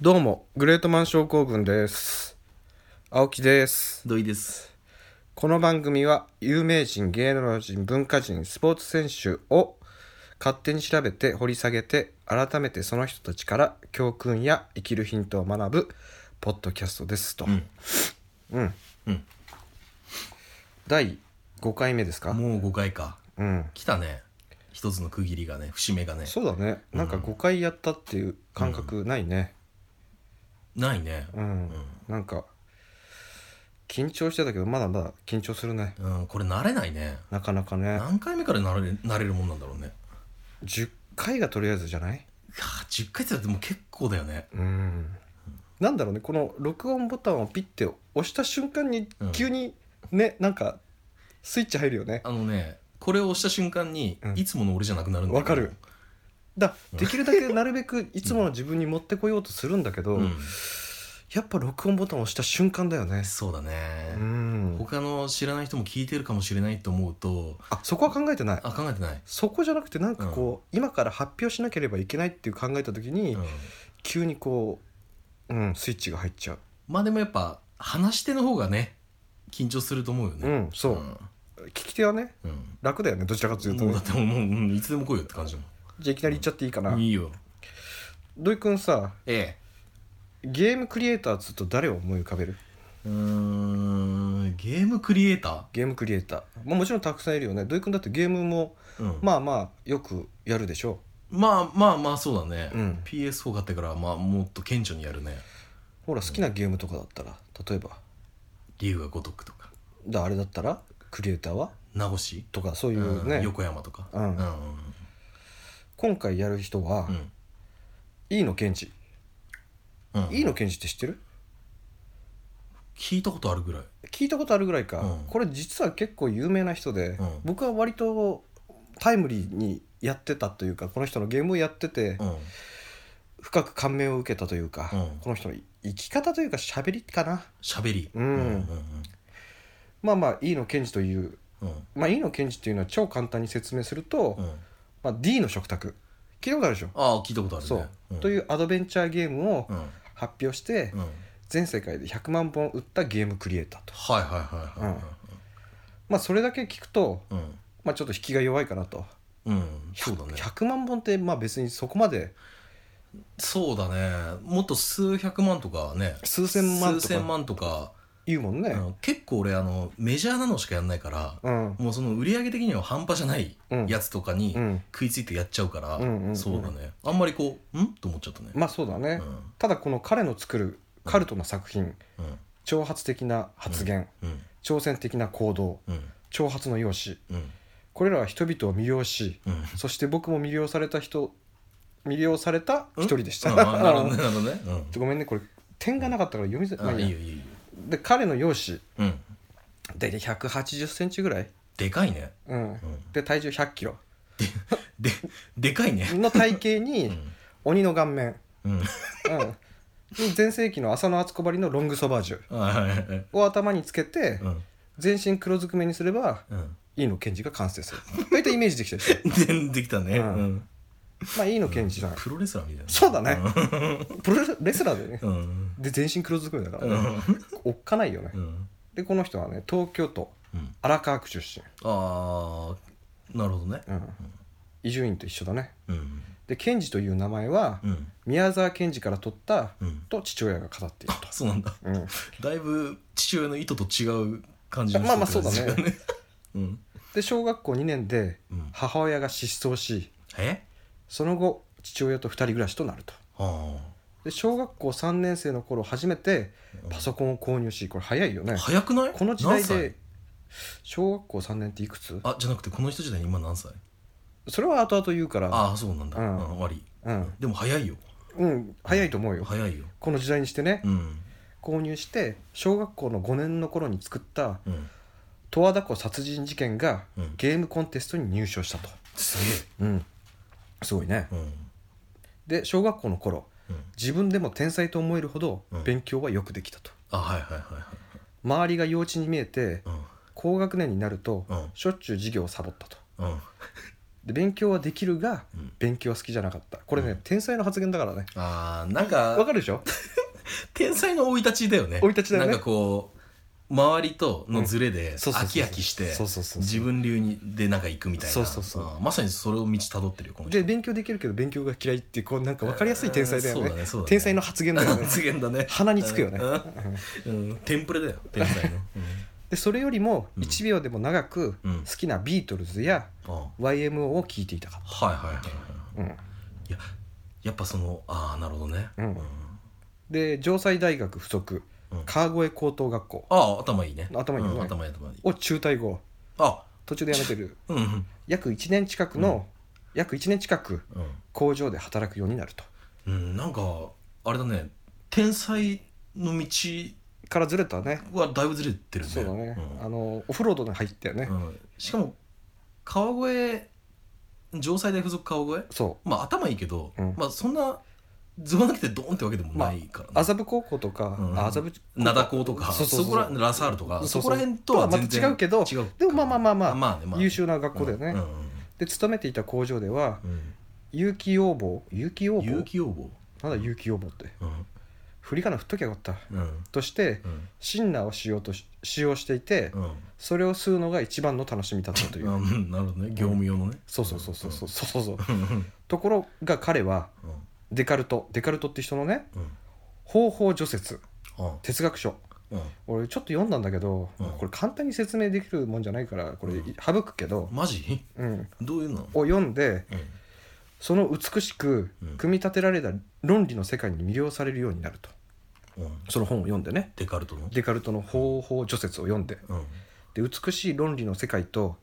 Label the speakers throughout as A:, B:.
A: どうも、グレートマン症候群です。青木です。
B: 土井です。
A: この番組は、有名人、芸能人、文化人、スポーツ選手を勝手に調べて掘り下げて、改めてその人たちから教訓や生きるヒントを学ぶ、ポッドキャストですと。うん。うん。
B: うん
A: 第5回目ですか
B: もう5回か。
A: うん。
B: 来たね。一つの区切りがね、節目がね。
A: そうだね。なんか5回やったっていう感覚ないね。
B: ないね。
A: うん。なんか、緊張してたけど、まだまだ緊張するね。
B: うん、これ慣れないね。
A: なかなかね
B: 何回目から慣れ慣れるもんなんだろうね。
A: 10回がとりあえずじゃない
B: いやー、10回ってだってもう結構だよね。
A: うんなんだろうねこの録音ボタンをピッて押した瞬間に
B: うん
A: 急にね、なんかスイッチ入るよね
B: あのね、これを押した瞬間に、
A: うん
B: いつもの俺じゃなくなるんだ
A: わか
B: けど
A: る。だできるだけなるべくいつもの自分に持ってこようとするんだけど、
B: うん。
A: やっぱ録音ボタンを押した瞬間だよね
B: そうだ
A: う
B: ね。
A: ん
B: 他の知らない人も聞いてるかもしれないと思うと、
A: あそこは考えてない
B: あ、考えてない。
A: そこじゃなくてなんかこう、今から発表しなければいけないっていう考えた時に、
B: うん。
A: 急にこう、うん、スイッチが入っちゃう
B: まあでもやっぱ、話し手の方がね、緊張すると思うよ
A: う
B: ね。
A: んそう、聞き手はね
B: うん。うん。
A: 楽だよねどちらかというと
B: もう
A: ね
B: だってもうもう、うん、いつでも来いよって感じだ
A: じゃあいきなり言っちゃっていいかな、
B: もんいいよ
A: 土井くんさ
B: え
A: ゲームクリエイターっつうと誰を思い浮かべる
B: えうーんゲームクリエイタ
A: ゲームクリエイター、まあ、もちろんたくさんいるよね土井くんだってゲームも
B: ー、うんま
A: まあまあよくやるでしょ
B: あまあまあそうだね、
A: うん
B: PS4 買ってから、まあ、もっと顕著にやるね
A: ほら好きなゲームとかだったら例えば
B: 竜が如くとか
A: だあれだったらクリエイターは
B: 名越
A: とかそうい
B: う
A: う
B: ん
A: ね、
B: 横山とか
A: うん
B: うん
A: 今回やる人は、
B: うん
A: 飯野健治
B: うん
A: 飯野健治って知ってる
B: 聞いたことあるぐらい
A: 聞いたことあるぐらいか、
B: うん
A: これ実は結構有名な人で、
B: うん
A: 僕は割とタイムリーにやってたというかこの人のゲームをやってて、
B: うん
A: 深く感銘を受けたというか、
B: うん
A: この人の生き方というか喋りかな
B: 喋り
A: うんまあまあ飯野健治という、
B: うん
A: まあ、飯野健治というのは超簡単に説明すると、
B: うん
A: まあ、D の食卓聞いたことあるでしょ、
B: ああ聞いたことあるね
A: そう、
B: ん
A: というアドベンチャーゲームを
B: うんうん
A: 発表して、全世界で100万本売ったゲームクリエイターと、
B: はいはいはいはい
A: まあ、それだけ聞くと、
B: うん
A: まあ、ちょっと引きが弱いかなと
B: うん、うんそうだね
A: 100万本ってまあ別にそこまで
B: そうだねもっと数百万とかね
A: 数千万とか
B: 数千万とか
A: 言うもんね
B: あの結構俺あのメジャーなのしかやんないから、
A: うん
B: もうその売り上げ的には半端じゃない
A: うん
B: やつとかに
A: うん
B: 食いついてやっちゃうから、
A: うんうんうん
B: そうだねあんまりこう「ん?」と思っちゃったね、
A: まあそうだね、
B: うん
A: ただこの彼の作るカルトな作品、
B: うん
A: 挑発的な発言、
B: うん
A: 挑戦的な行動
B: うん
A: 挑発の容姿
B: うん
A: これらは人々を魅了し
B: うん
A: そして僕も魅了された人魅了された一人でした、
B: うんあなる ほどねなるほどね、
A: ごめんねこれ点がなかったから読みづ
B: う
A: ら
B: ん、
A: まあ
B: あ
A: い
B: いい
A: いや
B: よいいよ、
A: で彼の容姿
B: うん、
A: 大体180センチぐらい、
B: でかいね
A: うん
B: ん
A: で体重100キロ
B: ででかいね
A: の体型に
B: ん
A: 鬼の顔面、
B: うん
A: うん、に全盛期の浅野敦子ばりのロングソバージュ
B: はいはいはい
A: を頭につけて
B: うん
A: 全身黒ずくめにすれば
B: うん
A: 飯野健治が完成する大体イメージできたでしょ
B: でできたね、
A: うん
B: うん
A: まあ飯野健治 さん
B: プロレスラーみたいな
A: そうだねプロレスラーだよね
B: うんうん
A: で全身黒ずくめだか
B: う
A: らね
B: ん
A: おっかないよね
B: うん
A: でこの人はね東京都
B: うん
A: 荒川区出
B: ああなるほどね
A: 身、うん、伊集院と一緒だね
B: うん
A: で健治という名前は
B: うん
A: 宮沢賢治から取った
B: うん
A: と父親が語っている
B: そうなんだ
A: と、うん、
B: だいぶ父親の意図と違う感じの
A: まあまあそうだ
B: 人ですよ
A: ね
B: うん
A: で小学校2年で
B: うん
A: 母親が失踪し
B: え
A: その後父親と2人暮らしとなると
B: は
A: で小学校3年生の頃初めてパソコンを購入しこれ早いよね
B: あ早くない
A: この時代
B: 何歳
A: で小学校3年っていくつ
B: あじゃなくてこの人時代に今何歳
A: それは後々言うから
B: ああそうなんだ
A: う
B: うんん終わり
A: うん、
B: でも早いよ
A: うん、早いと思うよ
B: 早いよ
A: この時代にしてね
B: うん
A: 購入して小学校の5年の頃に作った
B: うん
A: 十和田湖殺人事件が
B: うん
A: ゲームコンテストに入賞したと、
B: す
A: うん、すごいね
B: げえうん
A: で小学校の頃
B: うん
A: 自分でも天才と思えるほど
B: うん
A: 勉強はよくできたと
B: あはいはいはいはい
A: 周りが幼稚に見えて
B: うん
A: 高学年になると
B: うん
A: しょっちゅう授業をサボったと
B: うん
A: で勉強はできるが、
B: うん
A: 勉強は好きじゃなかったこれね、天才の発言だからね
B: あーなん
A: わ
B: か
A: かるでしょ
B: 天才の生い立ちだよね
A: 生い立ちだよね
B: なんかこう周りとのズレで
A: そうそうそうそう
B: 飽き飽きして
A: そうそうそう
B: 自分流にでなんか行くみたいな
A: そうそうそう
B: あーまさにそれを道たどってるよこの人
A: で勉強できるけど勉強が嫌いっていうこうなんか分かりやすい天才だよ
B: そう
A: ね,、
B: だねそうだね
A: 天才の発言だよね
B: 発言だね
A: 鼻につくよね
B: うんうんテンプレだよ天才の
A: でそれよりも
B: うん
A: 1秒でも長く
B: うん
A: 好きなビートルズや
B: うんあ
A: YMO を聴いていたか
B: はいはいはいはい
A: ら、うん、
B: いややっぱそのああなるほどね
A: うんで城西大学附属
B: うん
A: 川越高等学校
B: ああ頭いいね
A: 頭いいね
B: うん頭いい頭いい
A: を中退後
B: あ
A: 途中で辞めてる
B: うんうん
A: 約1年近くの、約1年近く
B: うん
A: 工場で働くようになると
B: うん、なんかあれだね天才の道
A: からずれたね
B: はだいぶずれてるね
A: そうだね、
B: うん
A: あのオフロードに入ったよね、
B: うんしかも川越城西大附属川越
A: そ
B: まあ頭いいけど、
A: うん
B: まあそんなずばなくてドーンってわけでもないから、
A: う麻布高校とか、
B: うん
A: あ麻布
B: 灘高とか
A: そ
B: そう
A: そうそう
B: こらラサールとか
A: そうそう
B: そこら辺とは
A: とはま
B: 全
A: た
B: 然
A: 違うけど
B: 違う
A: でもまあまあまあまあ
B: まあねまあね
A: 優秀な学校だよね、
B: うん
A: で勤めていた工場では
B: うん
A: 有機要望有機
B: う
A: 要
B: ん、有
A: 望
B: 機要望
A: なんだ有機要望って
B: うん
A: 振り仮名振っときゃよかった
B: うん
A: として
B: うん
A: シンナーを使用とし使用していて
B: うん
A: それを吸うのが一番の楽しみだったという、
B: うん なるほどね業務用のね
A: そうそうそうそうそうそうそうそう
B: うんうん
A: ところが彼は
B: うん
A: デカルトデカルトって人のね
B: うん
A: 方法除雪
B: うん
A: 哲学書
B: うん
A: 俺ちょっと読んだんだけど、
B: うん
A: これ簡単に説明できるもんじゃないからこれ
B: うん
A: 省くけど、
B: マジ
A: うん、
B: どういうの
A: を読んで
B: うん
A: その美しく組み立てられた論理の世界に魅了されるようになると
B: うん
A: その本を読んでね
B: デカルトの
A: デカルトの方法除雪を読んで
B: うん
A: で美しい論理の世界と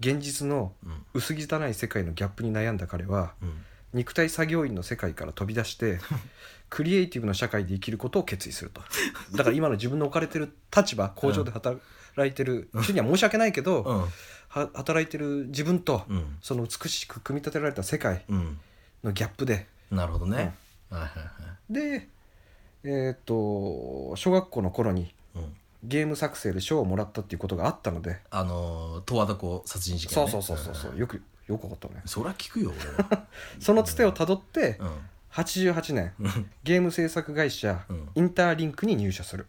A: 現実の
B: うん
A: 薄汚い世界のギャップに悩んだ彼は
B: うん
A: 肉体作業員の世界から飛び出して クリエイティブな社会で生きることを決意するとだから今の自分の置かれてる立場工場で働いてる人には申し訳ないけど、
B: うん
A: は働いてる自分と
B: うん
A: その美しく組み立てられた世界
B: うん
A: のギャップで
B: なるほどねはいはいは
A: でえーっと小学校の頃に
B: いうん
A: ゲーム作成で賞をもらったっていうことがあったので、
B: あのー十和田湖殺人事件
A: そう
B: ね
A: そうそうそうそうよくよく分かったね
B: んそりゃ聞くよ俺は
A: そのつてをたどって
B: うん
A: 88年ゲーム制作会社
B: うん
A: インターリンクに入社する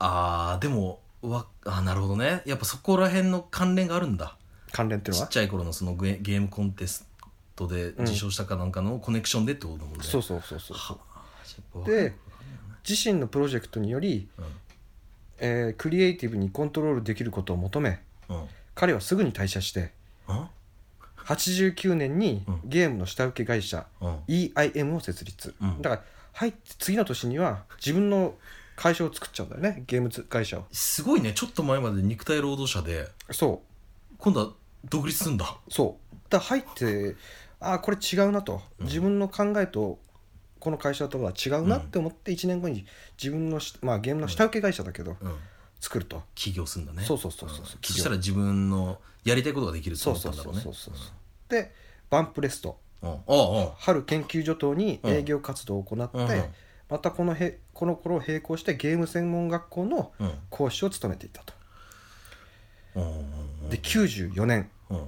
B: あーでもわあーなるほどねやっぱそこら辺の関連があるんだ
A: 関連っていう
B: ち
A: の
B: っ
A: は
B: ちゃい頃のそのゲゲームコンテストで受賞したかなんかのコネクションでってことだもんね、
A: そうそうそうそう
B: はあじゃあわかる
A: で自身のプロジェクトにより、えークリエイティブにコントロールできることを求め
B: うんうん
A: 彼はすぐに退社して
B: うん
A: 89年に
B: うん
A: ゲームの下請け会社
B: うん
A: EIM を設立、
B: うん
A: だから入って次の年には自分の会社を作っちゃうんだよねゲーム会社を
B: すごいねちょっと前まで肉体労働者で
A: そ
B: 今度は独立すんだ
A: うそうだから入ってああこれ違うなと、
B: うん
A: 自分の考えとこの会社とは違うなって思って1年後に自分のし、まあ、ゲームの下請け会社だけど
B: うん
A: 作ると、
B: 起業すんだね
A: そうそうそうそう
B: うん
A: 起業
B: そしたら自分のやりたいことができると
A: そう
B: 思っ
A: そ
B: た
A: うん
B: だ
A: そ
B: ろ
A: う
B: うね
A: そうそうでバンプレスト
B: うんうんああ
A: 春研究所等に営業活動を行って、
B: うんうん
A: またこのへこの頃を並行してゲーム専門学校の
B: うん
A: 講師を務めていたと
B: うんうん
A: で94年
B: うん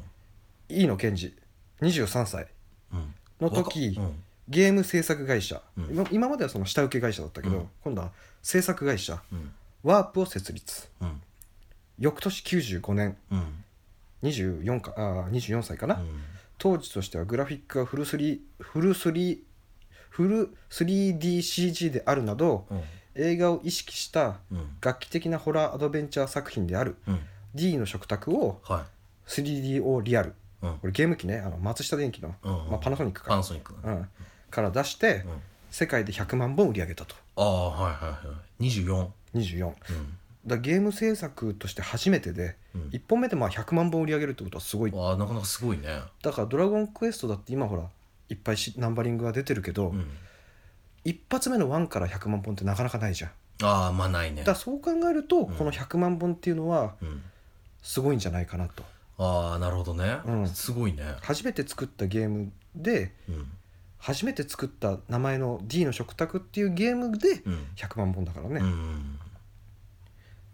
A: 飯野健二23歳
B: うん
A: の時
B: 若うん
A: ゲーム制作会社、
B: うん
A: 今今まではその下請け会社だったけど、
B: うん
A: 今度は制作会社
B: うん
A: ワープを設立
B: うん
A: 翌年95年
B: うん
A: 24かあー24歳かな、
B: うん
A: 当時としてはグラフィックがフルスリフルスリフル 3DCG であるなど
B: うん
A: 映画を意識した
B: うん
A: 楽器的なホラーアドベンチャー作品である
B: うん
A: D の食卓を
B: は
A: 3DO リアル
B: いうん
A: これゲーム機ねあの松下電器の、
B: うんうん
A: まあ、パナソニック
B: パ
A: か
B: ナ、ソニックだね
A: うん、から出して、
B: うん
A: 世界で100万本売り上げたと
B: ああはいはいはい24
A: 24
B: うん
A: だゲーム制作として初めてで、
B: うん
A: 1本目でまあ100万本売り上げるってことはすごい
B: ああなかなかすごいね
A: だから「ドラゴンクエスト」だって今ほらいっぱいしナンバリングが出てるけど、
B: うん
A: 一発目の1から100万本ってなかなかないじゃん
B: ああまあないね
A: だからそう考えると、
B: ん
A: この100万本っていうのは
B: うん
A: すごいんじゃないかなと
B: ああなるほどね
A: うん
B: すごいね
A: 初めて作ったゲームで
B: うん
A: 初めて作った名前の「D の食卓」っていうゲームで
B: うん
A: 100万本だからね、
B: うん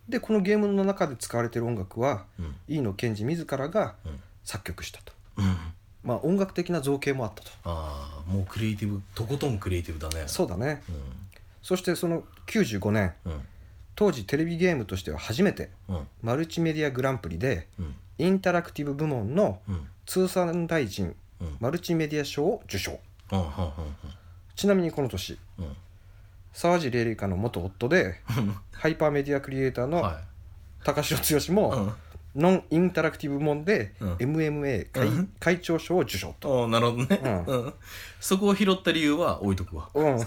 A: でこのゲームの中で使われてる音楽は
B: うん
A: 飯野健二自らが
B: うん
A: 作曲したと
B: うん
A: まあ、音楽的な造形もあったと
B: ああもうクリエイティブとことんクリエイティブだね
A: そうだね
B: う
A: そしてその95年
B: んうん
A: 当時テレビゲームとしては初めて
B: うん
A: マルチメディアグランプリで
B: うん
A: インタラクティブ部門の
B: うん
A: 通産大臣
B: うん
A: マルチメディア賞を受賞
B: うんうん
A: ちなみにこの年
B: うんうん
A: 沢尻エリカの元夫でハイパーメディアクリエイター
B: うん
A: の
B: は
A: 高城剛
B: い、う
A: も
B: ん、
A: ノンインタラクティブ部門で
B: うん
A: MMA 会,、
B: うん
A: 会長賞を受賞と。
B: おーなるほどね、
A: う
B: うんそこを拾った理由は置いとくわ
A: うん、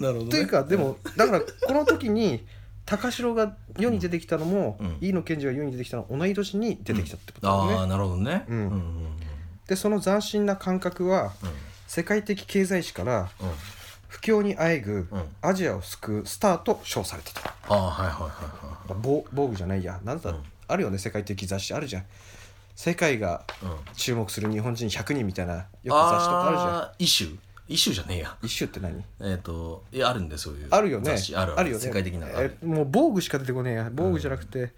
B: なるほど、ね、
A: というかでもだからこの時に高城が世に出てきたのも、
B: うん
A: 飯野健二が世に出てきたのも同い年に出てきたってことだよね。
B: ああなるほどね
A: うん
B: うんうんうん
A: でその斬新な感覚は世界的経済史から不況にあえぐ
B: うんうん
A: アジアを救うスターと称されたと。
B: ああはいはいは
A: ボ防具じゃないやなんだ、
B: うん
A: あるよね世界的雑誌あるじゃん世界が
B: いはい、うん、よ
A: 注目する日本人100人みたいなよく雑誌とかあるじゃん
B: んイシューイシューじゃねえや
A: 一種って何
B: えっ、といやあるんでそういう
A: あるよね
B: 雑誌あるある
A: よね
B: 世界的なのある
A: えもう防具しか出てこねえや防具じゃなくて、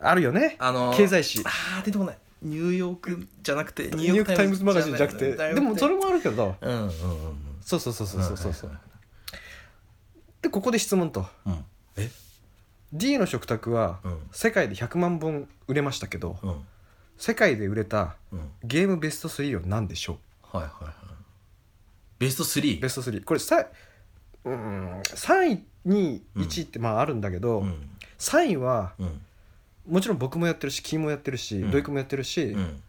A: あるよね
B: あのー
A: 経済誌
B: あー出てこないニューヨークじゃなくて
A: ニューヨーク・タイムズマガジンじゃなくてでもそ
B: れ
A: れもあるけど
B: うんうんうん
A: そうそうそうそうそうそうそう、
B: はい
A: でここで質問と
B: はいはいうんえ
A: D の食卓は
B: うん
A: 世界で100万本売れましたけど、
B: うん
A: 世界で売れた
B: うん
A: ゲームベスト3は何でしょ
B: はいはいはいベスト
A: う
B: 3?
A: ベスト3これさうーん3位に1位ってまああるんだけど、
B: うん
A: 3位は
B: うん
A: もちろん僕もやってるし君もやってるし、
B: うん
A: 土井君もやってるし、
B: うん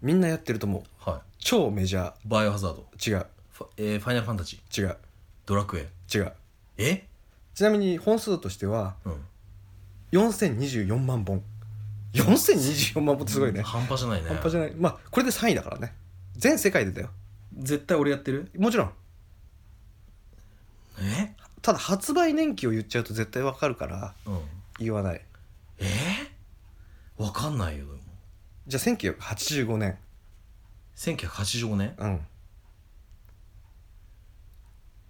A: みんなやってると思う
B: は
A: 超メジャ
B: いバイオハザード
A: ー違う
B: ファ,、えーファイナルファンタジー
A: 違う
B: ドラクエ
A: 違う
B: え
A: ちなみに本数としては
B: うん
A: 4024万本4024万本ってすごいね
B: 半端じゃないね
A: 半端じゃないまあこれで3位だからね全世界でだよ
B: 絶対俺やってる
A: もちろん
B: え
A: ただ発売年期を言っちゃうと絶対わかるから
B: うん
A: 言わない
B: えー、わかんないよでも
A: じゃあ1985年
B: 1985年
A: うん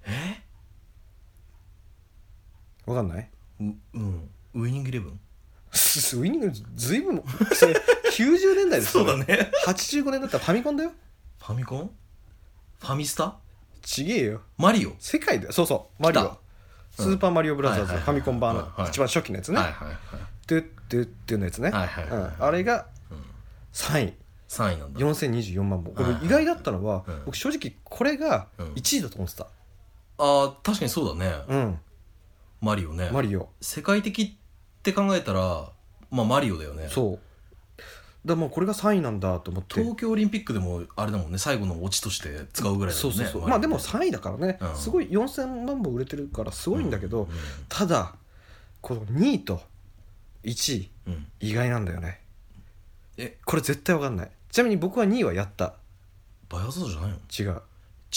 B: え
A: わかんない
B: ううんウイニングイレブン
A: ウイニングずいぶんそれ90年代ですよ
B: ね
A: 85年だったらファミコンだよ
B: ファミコンファミスタ
A: ちげえよ
B: マリオ
A: 世界でそうそうマリ
B: 来た
A: オスーパーマリオブラザーズ
B: はいはいはい
A: ファミコン版
B: はいは
A: の
B: い
A: 一番初期のやつね
B: はいはいはい
A: トゥットゥットゥのやつね、
B: はいはいはいはい
A: うんあれが
B: うん
A: 3位
B: 3位なんだ
A: 4024万本これ
B: はいはい
A: 意外だったのは、
B: うん
A: 僕正直これが
B: うん
A: 1位だと思ってた
B: あー確かにそうだね、
A: うん、
B: マリオね
A: マリオ
B: 世界的って考えたらまあマリオだよね
A: そうだからもうこれが3位なんだと思って
B: 東京オリンピックでもあれだもんね最後のオチとして使うぐらいだ
A: そ
B: も
A: うんそ
B: ね
A: うそう
B: マリオ
A: まあでも3位だからね、
B: うん
A: すごい4000万本売れてるからすごいんだけど、
B: う
A: ただこの2位と1位
B: んうん
A: 意外なんだよね
B: え
A: これ絶対わかんないちなみに僕は2位はやった
B: バイオハザードじゃないの
A: 違う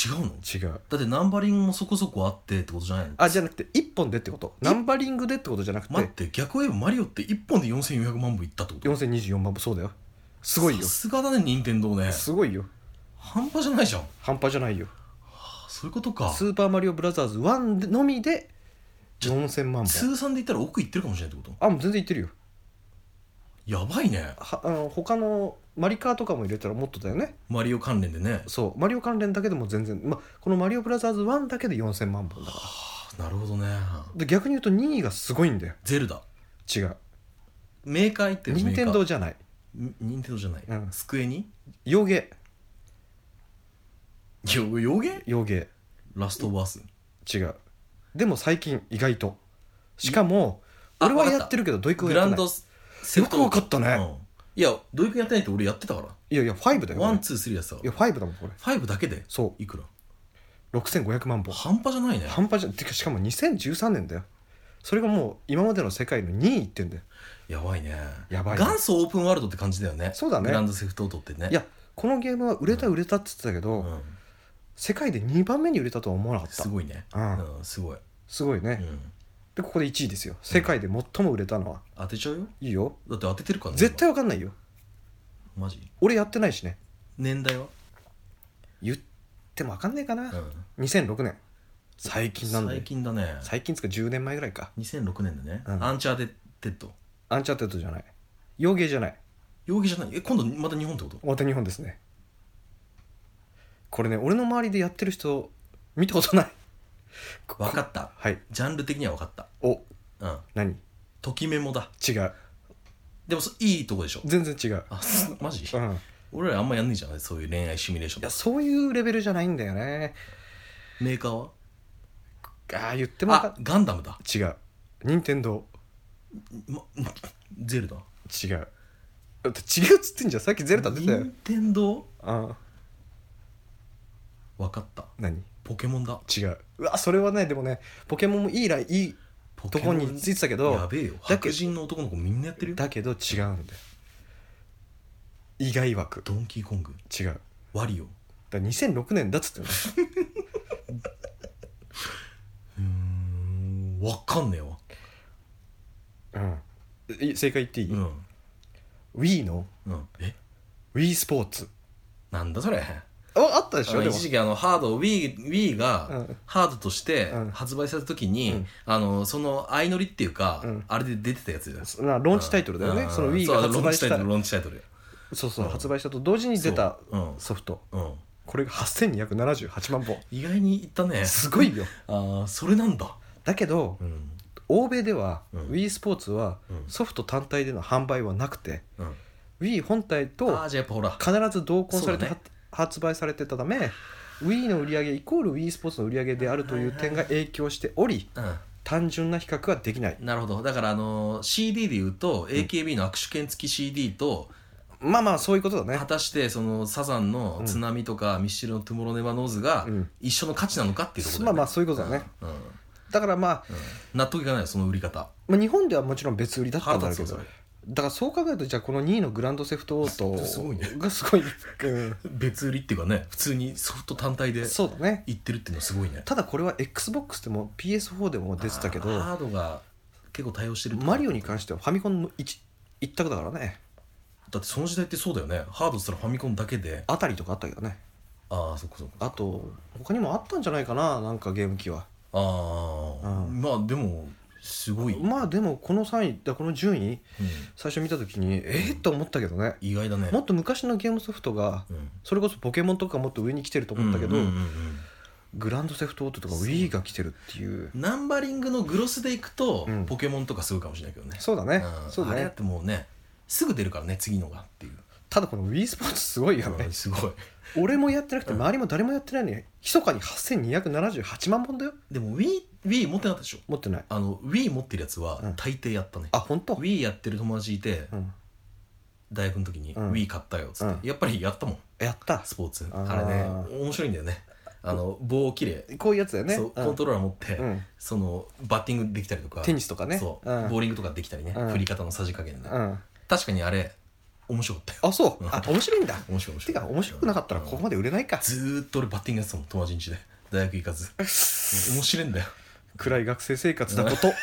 B: 違うの
A: 違う
B: だってナンバリングもそこそこあってってことじゃないの
A: あじゃなくて1本でってことナンバリングでってことじゃなくて
B: 待って逆を言えばマリオって1本で4400万部いったってこと
A: 4024万本そうだよすごいよ
B: さすがだね任天堂ね
A: すごいよ
B: 半端じゃないじゃん
A: 半端じゃないよ
B: あそういうことか
A: スーパーマリオブラザーズ1のみで4000万本
B: 通算で言ったら奥いってるかもしれないってこ
A: あもう全然いってるよ
B: とやばいね
A: はあの他のマリカーとかも入れたらもっとだよね
B: マリオ関連でね
A: そうマリオ関連だけでも全然、ま、この「マリオブラザーズ1」だけで4000万本だか
B: あなるほどね
A: らで逆に言うと2位がすごいんだよ
B: ゼルダ
A: 違う
B: メーカー言ってる
A: 任天
B: メ
A: 堂
B: ー
A: じゃない
B: カーん任天堂じゃない、
A: うん
B: スクエニ
A: 洋芸
B: よよげ
A: 洋芸
B: ラストバース
A: 違うでも最近意外としかも
B: あ
A: 俺は
B: わか
A: や
B: った
A: ってるけどドイクは
B: グ
A: や
B: ラ
A: って
B: ン
A: ない
B: ドセフト
A: よくわかったね
B: うんいやどういうやってないって俺やってたから
A: いやいや5だよ
B: ワ
A: 俺
B: ン
A: い
B: ツースリーやってたか
A: や
B: ら
A: 5だもんこれ
B: ファイブだけで
A: そ
B: いくら
A: う6500万本
B: 半端じゃないね
A: 半端じゃんてかしかも2013年だよそれがもう今までの世界の2位いってんだよ
B: やばいね
A: やばいね
B: 元祖オープンワールドって感じだよね
A: そうだね
B: グランドセフトオートってね
A: いやこのゲームは売れた売れたって言ってたけど、
B: うん
A: 世界で2番目に売れたとは思わなかった
B: すごいね
A: うん
B: うんすごい
A: すごいうね、
B: ん
A: でここで1位ですよ世界で最も売れたのは
B: 当てちゃうよ
A: いいよ
B: だって当ててるからね
A: 絶対わかんないよ
B: 今マジ
A: 俺やってないしね
B: 年代は
A: 言ってもわかんないかな、
B: うん
A: 2006年最近なんだよ
B: 最近だね
A: 最近っつうか10年前ぐらいか
B: 2006年だね
A: うん
B: アンチャーテッド
A: アンチャーテッドじゃない洋芸じゃない
B: 容疑じゃないえ今度また日本ってこと
A: また日本ですねこれね俺の周りでやってる人見たことない
B: 分かった
A: はい
B: ジャンル的には分かっ
A: お
B: たうん
A: 何
B: ときメモだ
A: 違う
B: でもそいいとこでしょ
A: 全然違う
B: あすマジ
A: うんい
B: 俺らあんまやんねえじゃんそういう恋愛シミュレーション
A: やそういうレベルじゃないんだよね
B: メーカーは
A: ああ言ってもわか
B: あガンダムだ
A: 違う任天堂
B: ま、ゼルダ
A: 違うだって違うっつってんじゃんさっきゼルダ出たよ
B: 任天堂
A: ああ
B: 分かった
A: 何
B: ポケモンだ
A: 違ううわそれはねでもねポケモンもいいラインいい
B: ポ
A: と
B: ケ
A: こ
B: モン
A: についてたけど
B: やべえよ
A: だけど
B: 白人の男の子みんなやってるよ
A: だけど違うんだよ意外枠
B: ドンキーコング
A: 違うだか
B: ワリオ
A: ら2006年だっつってんの
B: うーん分かんねえわ
A: うんい正解言っていい、
B: うん
A: Wii の
B: うんえ
A: Wii スポーツ
B: なんだそれ
A: ああったでし
B: あ
A: ょ
B: の
A: でも
B: 一時期あのハード Wii, Wii
A: う
B: が
A: ん
B: ハードとして
A: うん
B: 発売された時に、
A: うん
B: あのその相乗りっていうか、
A: うん
B: あれで出てたやつだよ
A: そなローンチタイトルだよね、
B: うん
A: その Wii
B: そう
A: が発売した
B: ローンチタイトルローンチ
A: そうそう、
B: うん
A: 発売したと同時に出た
B: そううん
A: ソフト、
B: タイトルよ
A: これが8278万本
B: うん、意外にいったね
A: すごいよ
B: ああそれなんだ
A: だけど
B: うん
A: 欧米では
B: うん
A: Wii スポーツは
B: うん
A: ソフト単体での販売はなくて
B: うん、
A: Wii 本体
B: あ
A: と
B: あじゃあやっぱほら
A: 必ず同梱されて
B: そう
A: は
B: だね
A: 発売されてたため Wii の売り上げイコール Wii スポーツの売り上げであるという点が影響しており
B: う
A: 単純な比較はできない
B: ん、なるほどだからあのー CD で言うと AKB の握手券付き CD と、
A: まあまあそういうことだね
B: 果たしてそのサザンの「津波」とか、ミスチルの「トゥモロネバノーズ」が
A: うん
B: 一緒の価値なのかっていうところ
A: まあまあそういうことだね
B: うんうん
A: だからまあ、
B: 納得いかないよその売り方
A: まあ、日本ではもちろん別売りだったんだろうけど
B: 腹立つわ
A: だからそう考えるとじゃあこの2位のグランドセフトオート
B: すごいね
A: がすごい、 うん
B: 別売りっていうかね普通にソフト単体で
A: そうだね
B: いってるっていうのはすごいね
A: ただこれは XBOX でも PS4 でも出てたけど
B: ハードが結構対応してるってこと
A: マリオに関してはファミコンの一一択だからね
B: だってその時代ってそうだよねハードっつったらファミコンだけで
A: あたりとかあったけどね
B: ああそっかそっか
A: あと他にもあったんじゃないかななんかゲーム機は
B: ああ、
A: うん
B: まあでもすごい、
A: まあでもこの3位だこの順位
B: うん
A: 最初見た時にえっ、と思ったけどね
B: 意外だね
A: もっと昔のゲームソフトが
B: うん
A: それこそポケモンとかもっと上に来てると思ったけど、
B: うんうんうんうん
A: グランドセフトオートとか
B: そう
A: Wii が来てるっていう
B: ナンバリングのグロスでいくと、
A: うん
B: ポケモンとかすごいかもしれないけどね
A: そうだね、
B: ん
A: そうだ
B: あれだ
A: ね
B: ってもうねすぐ出るからね次のがっていう、
A: ただこの Wii スポーツすごいよね、
B: うんすごい
A: 俺もやってなくて周りも誰もやってないのに密かに8278万本だよ
B: でも WiiWii 持ってなかったでしょ
A: 持ってない
B: あの Wii 持ってるやつ
A: う
B: は
A: ん
B: 大抵やったね、
A: あ本当
B: Wii やってる友達いて、
A: うん
B: 大学の時に
A: うん
B: Wii 買ったよっつって、
A: うん
B: やっぱりやったもん
A: やった
B: スポーツ
A: あー
B: あれね面白いんだよねあの棒を切れ、
A: こういうやつだよね
B: そう
A: うん
B: コントローラー持って、
A: うん
B: そのバッティングできたりとか
A: テニスとかね
B: そう、
A: うん
B: ボーリングとかできたりね、
A: うん
B: 振り方のさじ加減で、
A: うん
B: 確かにあれ面白かったよ
A: あそう
B: うん
A: あ面白いんだ
B: 面白い面白
A: て
B: い
A: か面白くなかったらここまで売れないか
B: ずーっと俺バッティングやってたもん友達ん家で大学行か ず面白いんだよ
A: 暗い学生生活だこと